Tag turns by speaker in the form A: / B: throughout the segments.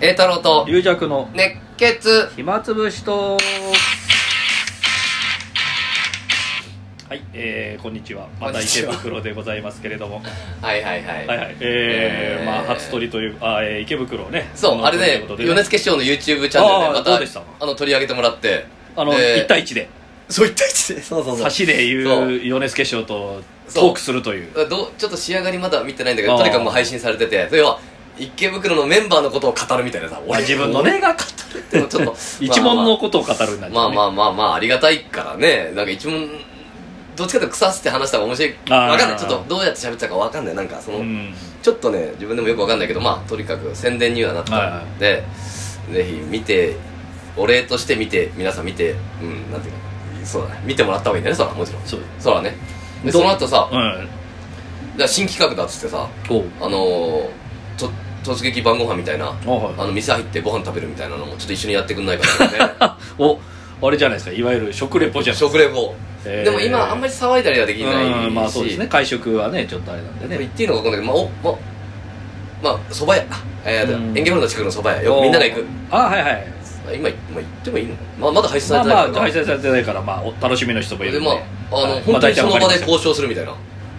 A: 栄太郎と
B: 龍弱の
A: 熱血
B: 暇つぶしとはい、えー、こんにちはま
A: こ
B: た
A: んにち
B: 池
A: は
B: 袋でございますけれ ども
A: はいはいはい、
B: はいはい
A: え
B: えー
A: ー
B: まあ初撮りというあ、えー、池袋をね
A: そう
B: の
A: あれ
B: という
A: ね
B: ことで
A: 米津決勝の YouTube チャンネルでま
B: あー
A: た
B: どうでした
A: あの取り上げてもらって
B: あの、
A: で
B: 一対一で
A: そういった位置でそうそう
B: 差しで
A: そ
B: 言う
A: う
B: 米津化粧と
A: そう
B: トークするという
A: どうちょっと仕上がりまだ見てないんだけ
B: あ
A: ど
B: ー
A: とにかくもう配信されててそれは池袋のメンバーのことを語るみたいなさ
B: まあ自分のね
A: 俺が語るって のちょっと
B: 一問のことを語るんだ
A: まあま
B: あ
A: あまあまあありがたいからねなんか一問どっちかというと腐して話した方が面白い
B: あー
A: わかんないちょっとどうやって喋ってたかわかんないなんかその、
B: うん
A: ちょっとね自分でもよくわかんないけどまあとにかく宣伝にはなったんで、ぜひ見てお礼として見て皆さん見てうんなんていうかそうだね見てもらった方がいいんだねそらもちろん
B: そう
A: そらねで
B: ど
A: そうの後さ
B: うん
A: じゃあ新企画だっつってさ
B: おう
A: あのー、と突撃晩ご飯みたいな
B: おう
A: あの店入ってご飯食べるみたいなのもちょっと一緒にやってくんないかなと思って ね
B: おあれじゃないですかいわゆる食レポじゃない
A: 食レポ
B: えー
A: でも今あんまり騒いだりはできないし、
B: うんまあそうですね会食はねちょっとあれなんで
A: でも言
B: ね
A: っていいのか分かんないけどまあおまあまあ蕎麦屋あえ
B: う
A: ー、
B: ん
A: 演芸ホールの近くの蕎麦屋よくみんなが行く
B: あはいはい
A: あ今、まあ、言ってもいいのまあ、まだ配信さ
B: ま
A: れ
B: あ
A: てない
B: ま
A: か
B: あ
A: らな
B: 開催されてないからまあお楽しみの人もい
A: で
B: るん
A: まああの、
B: はいま
A: 本当に
B: 大体
A: その
B: わか
A: 場
B: りま
A: です交渉するみたいな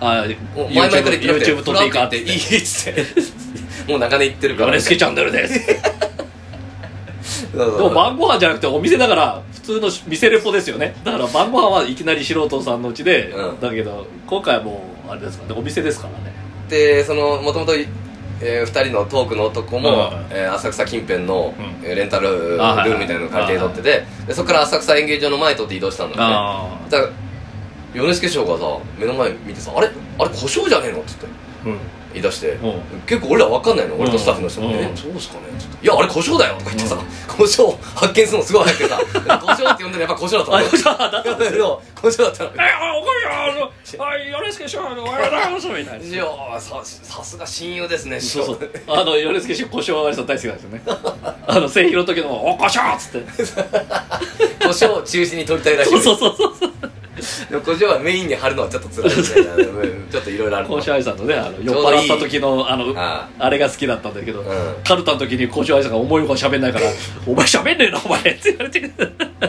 B: あ
A: もう前々から
B: YouTube
A: 言って
B: YouTube 撮っていいか
A: っ
B: って
A: い
B: て
A: いっつって もう長年言ってるから
B: 米助チャンネルです
A: そうそう
B: でも晩ご飯じゃなくてお店だから普通の店レポですよねだから晩ご飯はいきなり素人さんのうちで、
A: うん
B: だけど今回はもうあれですかねお店ですからね
A: でそのもともとえー、2人のトークの男も、
B: うん
A: えー浅草近辺の、
B: うん
A: えーレンタルル
B: あはいはい
A: ームみたいなの借りて撮っててでそこから浅草演芸場の前通って移動したんだよね
B: あ
A: だから米助師匠がさ目の前見てさ「あれあれ故障じゃねえの?」っつって
B: うん
A: 言い出して
B: うん
A: 結構俺ら分かんないの俺とスタッフの人も
B: うん
A: ね「えそうですかね」ちょっといやあれ故障だよ」とか言ってさ故障発見するのすごい早くてさ故障って呼んでるやっぱ故障だ
B: あ
A: っ
B: よ
A: た
B: しあだっ
A: のだけど故障だった
B: えあおかみよあよろしくしょあのおはようございますみたい
A: の
B: ない
A: やささすが親友ですね師
B: そうそ
A: 匠
B: うあの米助氏胡椒割りさん大好きなんで すよねあの製品の時の「お胡椒!」っつって
A: 故障を中心に取りたいらしい
B: そうそうそうそう
A: でも故障はメインに貼るのはちょっと辛いみたいなうんちょっといろいろある
B: 胡椒愛さんのねあの
A: ちょ
B: 酔
A: う
B: っ
A: どいい
B: 払った時のあの
A: あ
B: あれが好きだったんだけど、
A: ん
B: カルタの時に胡椒愛さんが思い浮かべ喋 んないから「お前喋んねえなお前」って言われて
A: そうだ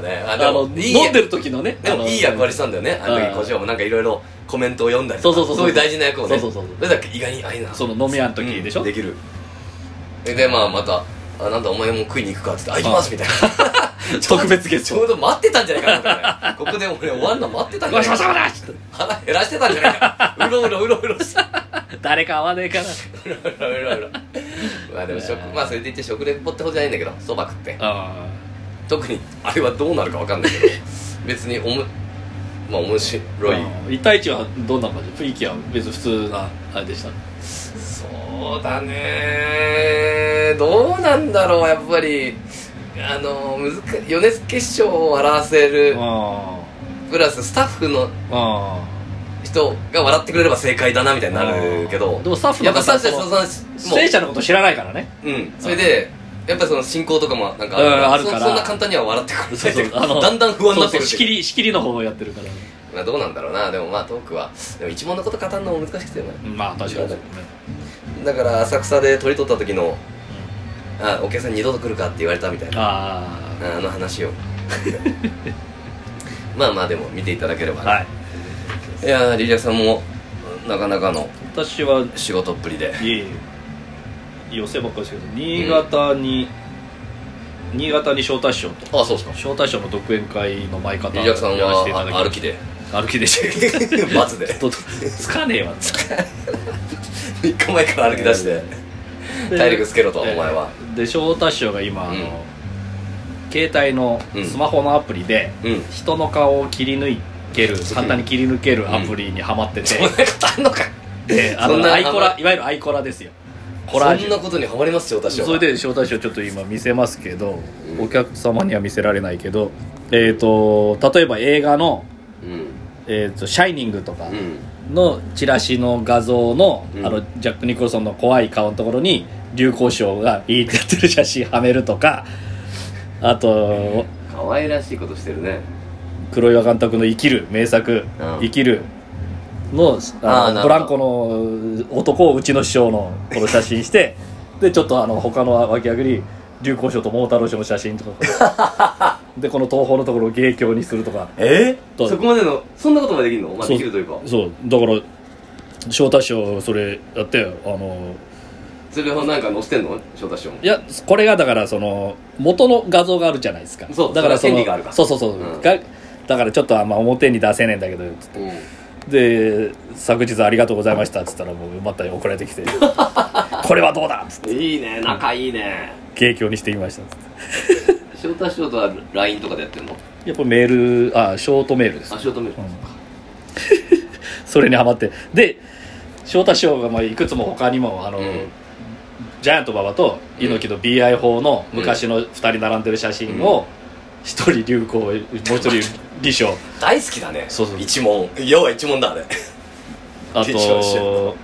A: ねあ
B: あの
A: いい
B: 飲んでる時のね
A: で
B: あ
A: も
B: の
A: いい役割したんだよねあの
B: う
A: 時
B: ん
A: 小塩もなんかいろいろコメントを読んだりとか
B: そうそうそうそう
A: いう大事な役をね
B: そうそうそう
A: れだけ意外にあいいな
B: その飲み屋の時でしょ、
A: うんできるででまあまた「あなんだお前も食いに行くか」っつって「あ行きます」みたいなちょうど
B: 特 別ゲスト
A: ちょうど待ってたんじゃないかなみたいなここで俺終わんの待ってたんじ
B: ご
A: ゃ
B: ち
A: な
B: そ
A: い
B: うさま
A: か
B: だっつって
A: 腹減らしてたんじゃないかなうろうろうろうろして
B: 誰か会わねえから
A: うろうろうろうろまあでも食まあそれで言って食レポってほどじゃないんだけどそば食って
B: あ
A: 特にあれはどうなるかわかんないけど別におもまあ面白い
B: あ一対一はどんな感じ雰囲気は別に普通なあれでした
A: そうだねどうなんだろうやっぱりあの難米津結晶を笑わせる
B: あ
A: プラススタッフの
B: あああ
A: 人が笑ってくれれば正解だなみたいになるけど
B: でもスタッフの
A: やっ
B: 方
A: ぱスタッフたち
B: その
A: その
B: 出演者のこと知らないからね
A: もううんそれでやっぱその進行とかもなんか
B: うんあるから
A: そそんな簡単には笑ってくれないというか
B: そう そうあの
A: だんだん不安になってく
B: そうそ
A: る
B: う仕
A: とい
B: 切
A: う
B: り仕切りの方をやってるからね
A: まあどうなんだろうなでもまあトークはでも一問のこと語るのも難しくてね
B: まあ確かにそうね
A: だから浅草で鳥取った時の「あお客さん二度と来るか?」って言われたみたいな
B: あ
A: あの話を まあまあでも見ていただければ、
B: あはい
A: い、やーリリアさんもなかなかの
B: 私は
A: 仕事っぷりで
B: いえいえ寄せばっかりですけど新潟に、新潟に招待賞と
A: あそうですか
B: 招待賞の独演会の舞い方
A: リリアさん
B: やらせていただ
A: はあ歩
B: き
A: きで
B: 歩きでし
A: バツ で
B: たとつかねえわ
A: 3日前から歩き出して
B: で
A: 体力つけろとお前は
B: で翔太師匠が今、あ
A: うん
B: の携帯の
A: うん
B: スマホのアプリで、
A: うん
B: 人の顔を切り抜ける簡単に切り抜けるアプリにはまってて
A: そん、なことあんのか
B: であ
A: そん
B: の
A: な
B: アイコラいわゆるアイコラですよコラージ
A: そんな
B: ュ
A: ことにハマりますよ私は
B: それで招待賞ちょっと今見せますけど、
A: うん
B: お客様には見せられないけどえっ、と例えば映画の
A: うん
B: 「えー、とシャイニング」とか
A: うん
B: のチラシの画像の,、
A: うん
B: あのジャック・ニコルソンの怖い顔のところに流行賞がいいってやってる写真はめるとかあと
A: 可愛らしいことしてるね
B: 黒岩監督の「生きる」名作「
A: うん
B: 生きるの」
A: あー
B: あ
A: なるほど
B: のブランコの男をうちの師匠のこの写真してでちょっとあの他の脇役に流行賞と桃太郎賞の写真とか でこの東宝のところを芸協にするとか
A: え
B: どう
A: そこまでのそんなことまでできるのまあ
B: そう
A: できるというか
B: そうだから翔太師匠それやってあの
A: それをなんか載せてんの翔太師匠も
B: いやこれがだからその元の画像があるじゃないですか
A: そう
B: だから
A: そ
B: そ
A: れは権
B: の
A: 利があるから
B: そうそうそう、
A: うん
B: がだからちょっとあんま表に出せねえんだけどつっ
A: うん
B: てで昨日ありがとうございましたっつったらもうまた送られ てきてこれはどうだっつって
A: いいね仲いいね
B: 芸協にしてみましたっつって
A: 翔太師匠とは LINE とかでやってんの
B: やっぱメールあショートメールです
A: あショートメール
B: うんそれにハマってで翔太師匠がまあいくつも他にもあの、
A: うん
B: ジャイアント馬場と猪木の BI 法の昔の2人並んでる写真を一人流行もう一人李翔
A: 大好きだね
B: そうそう
A: 一問要は一問 だあれ
B: あ
A: 李承信
B: と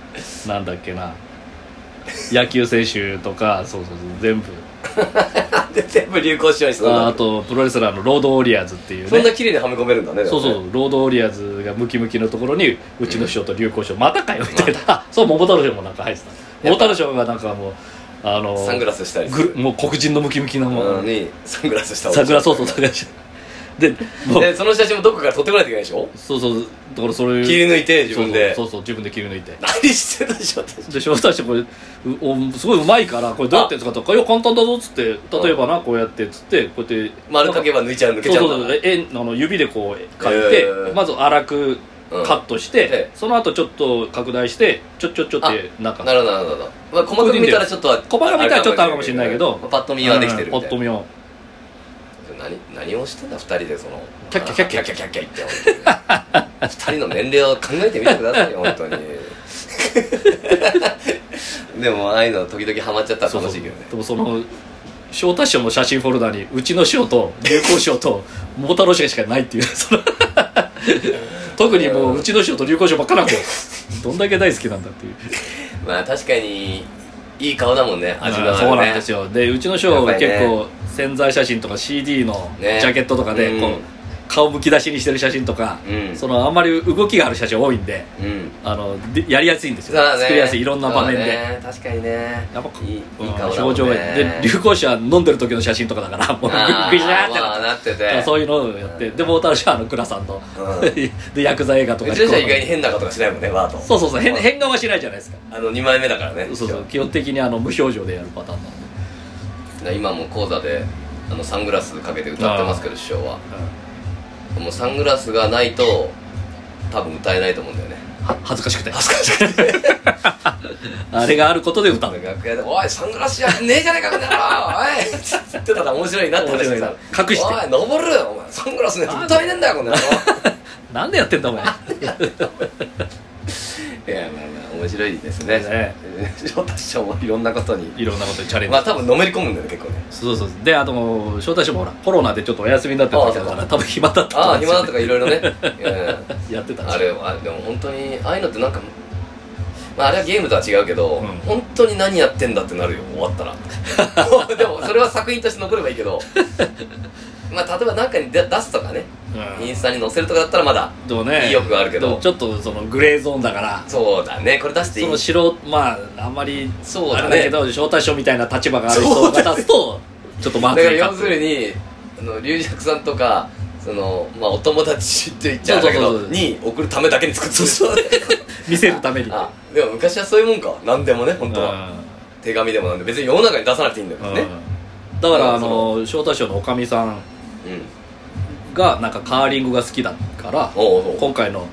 B: なんだっけな野球選手とかそうそうそう全部
A: で全部流行しようにするんだ
B: ああとプロレスラーのロードウォリアーズっていう
A: そんな
B: ね
A: 綺麗にはめ込めるんだね
B: そうそう
A: で
B: そ
A: もね
B: うロードウォリアーズがムキムキのところにうちの師匠と流行賞またかよみたいな、あそう桃太郎賞もなんか入ってた桃太郎賞がなんかもうあの
A: サングラスしたりする
B: ぐもう黒人のムキムキなも
A: うん
B: う
A: にサングラスした
B: 桜そうそう桜でもう
A: でその写真もどこから撮ってこないといけないでしょ
B: そうそうだからそれ
A: 切り抜いて自分で
B: そうそうそう自分で切り抜いて
A: 何してたでしょ私
B: で翔太師匠これうおすごいうまいからこれどうやって使ったかいや簡単だぞっつって例えばなこうやってっつってこうやって
A: 丸かけば抜いちゃう抜け
B: そう
A: ちゃ
B: そうう
A: だ
B: んそう円あの指でこう書いて、
A: えー
B: まず粗く
A: うん
B: カットし
A: え
B: て
A: え、
B: その後ちょっと拡大してちょちょちょって中
A: なるほどなるほど、まあ、細かく見たらちょっとは
B: 細かく見たらちょっとあるかもしれないけど
A: まあパッと見はできてるみ
B: う
A: たいな
B: んポッと見を
A: 何何をしてんだ2人でその
B: キャッキャキャッキ
A: キャッキャッキャッキャッキャッ って2人の年齢を考えてみてくださいよ本当 にでもああいうの時々ハマっちゃったら
B: そう
A: 楽
B: そ
A: し
B: う
A: いけどね
B: でもその翔太師匠の写真フォルダにうちの師匠と流行師匠と桃太郎師匠しかないっていう その特にもううちの師匠と流行師匠ばっかなんだよどんだけ大好きなんだっていう
A: まあ確かにいい顔だもんね味のあるね
B: そうなんですよでうちの師匠が
A: やっぱり
B: 結
A: ね
B: 構潜在写真とか CD のジ
A: ね
B: ャケットとかで
A: うん
B: こう顔むき出しにしてる写真とか、
A: うん
B: そのあんまり動きがある写真多いんで
A: うん
B: あのでやりやすいんです
A: そう
B: よ、
A: だね
B: 作りやすいいろんな場面で、
A: そうだね確かにね
B: やっぱ
A: いいいい
B: うん
A: 顔だもんね
B: 表情がで流行者は飲んでる時の写真とかだからもうグ
A: あー
B: リグリーってなっ
A: まあ
B: て
A: なってて
B: そういうのをやってでも太田氏はあの倉さんの、
A: う
B: でヤクザ映画とか
A: う
B: で
A: ちの人は意外に変なことがしないもんねワート
B: そうそうそう変変顔はしないじゃないですか
A: あの2枚目だからね
B: そうそう基本的にあの無表情でやるパターンなんで、
A: 今も講座であのサングラスかけて歌ってますけど師匠はもうサングラスがないと多分歌えないと思うんだよね
B: は恥ずかしくて恥ずかしくてあれがあることで歌うの
A: 楽屋で「おいサングラスじゃねえじゃねえかこの野郎おい!」って言ってたら面白いなって話してた
B: 面白いな隠して
A: おい登るお前サングラスねえと歌えねえんだよこの 野郎
B: なんでやってんだお前
A: いやまあまあ面白いですね
B: ね
A: 翔太師匠もいろんなことに
B: いろんなことにチャレンジ、
A: まあ多分のめり込むんだよね結構ね
B: そうそうそうであともう招待してもほらコロナでちょっとお休みになってた時だか
A: ああ
B: ら多分暇だった
A: あ
B: と思う
A: あ
B: んです
A: 暇
B: よ
A: だ
B: ね
A: とかいろい ろねうん
B: やってたんです
A: あれ
B: よ
A: はでも本当にああいうのってなんか、まあ、あれはゲームとは違うけど、
B: うん
A: 本当に何やってんだってなるよ終わったら でもそれは作品として残ればいいけ どまあ例えば何かに出出すとかね
B: うん
A: インスタに載せるとかだったらまだ
B: どうね
A: 意欲があるけど
B: ちょっとそのグレーゾーンだから
A: そうだねこれ出してい
B: その
A: い
B: 素人まああんまり
A: そう
B: あ
A: だ
B: れ
A: ね
B: だけど招待所みたいな立場がある人が立つとちょっとま
A: だ
B: ず
A: から
B: いか
A: 要
B: って
A: するにあの龍尺さんとかそのまあお友達って言っちゃうんだけ
B: そう
A: ど
B: そうそう
A: に送るためだけに作ってる
B: 見せるため に
A: あでも昔はそういうもんか何でもね本当は手紙でもなんで別に世の中に出さなくていいんだ
B: う
A: よ
B: ん
A: ね
B: うんだからあの招待所のおかみさん
A: うん
B: がなんかカーリングが好きだから
A: おうおう
B: 今回の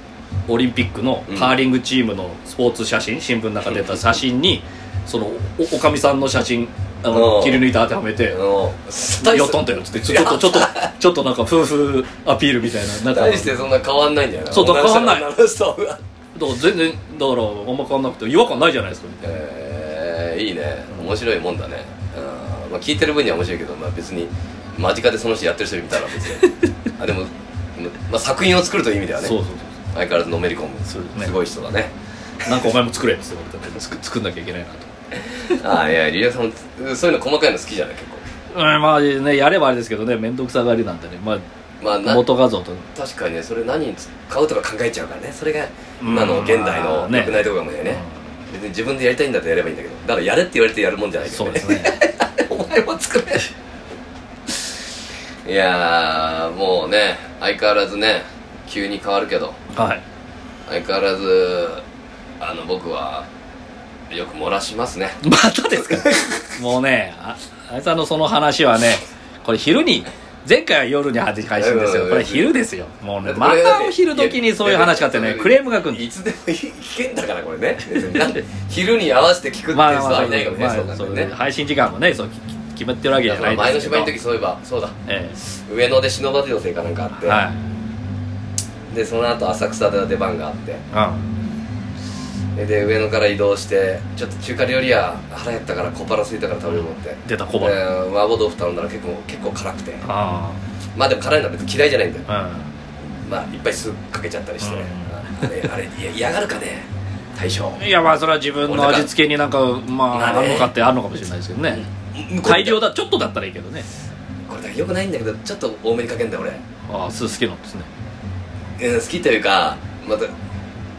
B: オリンピックのカーリングチームのスポーツ写真新聞の中で出た写真にそのおおかみさんの写真あ
A: う
B: の
A: ん
B: 切り抜いて当てはめて
A: あの
B: 「よっとんとよ」っつってちょっとちょっとちょっとなんか夫婦アピールみたいななんか
A: 大してそんな変わんないんだよな
B: そうだから変わんない
A: 女の人は女の人は
B: だから全然だからあんま変わんなくて違和感ないじゃないですかみたいな
A: えーいいね面白いもんだねうんまあ聞いてる分には面白いけど、まあ、別に間近でその人やってる人見たら別 にあでも、まあ、作品を作るという意味ではね
B: そうそう
A: 相変わらずのめり込む
B: そうですね
A: すごい人だね
B: そうなんかお前も作れっつって言われて作作んなきゃいけないなと
A: ああいやリアさんもそういうの細かいの好きじゃない結構
B: うんまあねやればあれですけどね面倒くさがりなんでねま
A: まあ
B: あ
A: な
B: 元画像と
A: 確かにねそれ何に使うとか考えちゃうからねそれが
B: うん
A: 今の現代の
B: まあね
A: 良くないところかもしれないね、別に自分でやりたいんだったらやればいいんだけどだからやれって言われてやるもんじゃないけど、
B: そう
A: ね、
B: ですね
A: お前も作れいやーもうね相変わらずね急に変わるけど
B: はい
A: 相変わらずあの僕はよく漏らしますね
B: またですかもうねああいつあのその話はねこれ昼に前回は夜に配信ですよこれ昼ですよもうねまたお昼時にそういう話があってねクレームが来るん
A: いつでも聞けんだからこれね別になんで昼に合わせて聞くっていう人
B: まあ ま
A: は
B: あ
A: いないかもね、そうなんだ
B: そ
A: よ
B: う
A: ね
B: ね配信時間もねそうきき決まってるわけ
A: い
B: じ
A: や
B: ゃない
A: 前
B: で
A: の
B: す
A: 芝
B: け
A: 居
B: ど
A: の時そういえばそうだ
B: え
A: 上野で忍ばず寄せかなんかあっ
B: え
A: て、
B: はい
A: でその後浅草で出番があって
B: うん
A: でで上野から移動してちょっと中華料理屋腹減ったから小腹空いたから食べようと思って
B: 出た小
A: で
B: 腹
A: 麻婆豆腐頼んだら結構結構辛くて
B: あ
A: まあでも辛いのは別に嫌いじゃないんだよ
B: あうん
A: まあいっぱい酢かけちゃったりしてね、あれあれいや嫌がるかね大将
B: いやまあそれは自分の味付けになんかま
A: まあ
B: あ
A: ね
B: あるのかってあるのかもしれないですけどね
A: 向こう
B: 大量だちょっとだったらいいけどね
A: これだけよくないんだけどちょっと多めにかけんだよ俺
B: ああ酢好きなんですね
A: うん、好きというかまた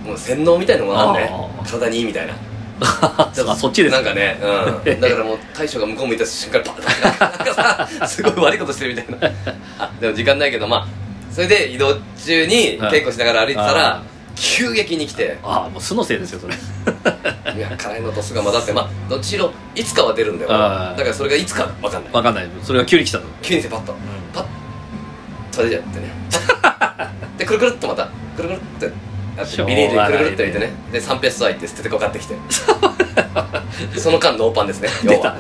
A: もう洗脳みたいなものあんね
B: ああ
A: 体にいいみ たいな
B: あそっちです
A: な
B: か
A: んかね、 うん、だからもう大将が向こう向いた瞬間パッパッなんかさ すごい悪いことしてるみたいなあでも時間ないけどまあそれで移動中に
B: はい
A: 稽古しながら歩いてた
B: ああ
A: ら急激に来て
B: ああもう酢のせいですよそれ
A: いや辛いのと酢が混ざってまあどっちしろいつかは出るんだよ
B: ああ
A: だからそれがいつかわかんない
B: わかんないそれが急に来たの
A: 急にしてパッと、パッと出ちゃってねでくるくるっとまたくるくるってやって
B: しょう
A: ビ
B: が
A: ニ
B: ない
A: ー
B: ね
A: ルにくるくるって置いてねで三ペース入って捨ててこかって きてその間ノーパンですね
B: 出
A: 要
B: た
A: は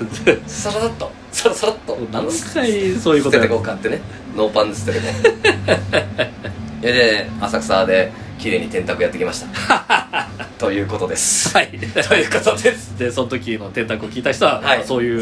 A: さらっとさらさらっとあの
B: 何回そういう
A: 捨
B: こと
A: て
B: や
A: て
B: る
A: こかってねノーパンで捨ててこ うでで浅草で綺麗に転卓やってきました ということです
B: はい
A: ということです
B: でその時の天卓を聞いた人は、
A: はい
B: そういう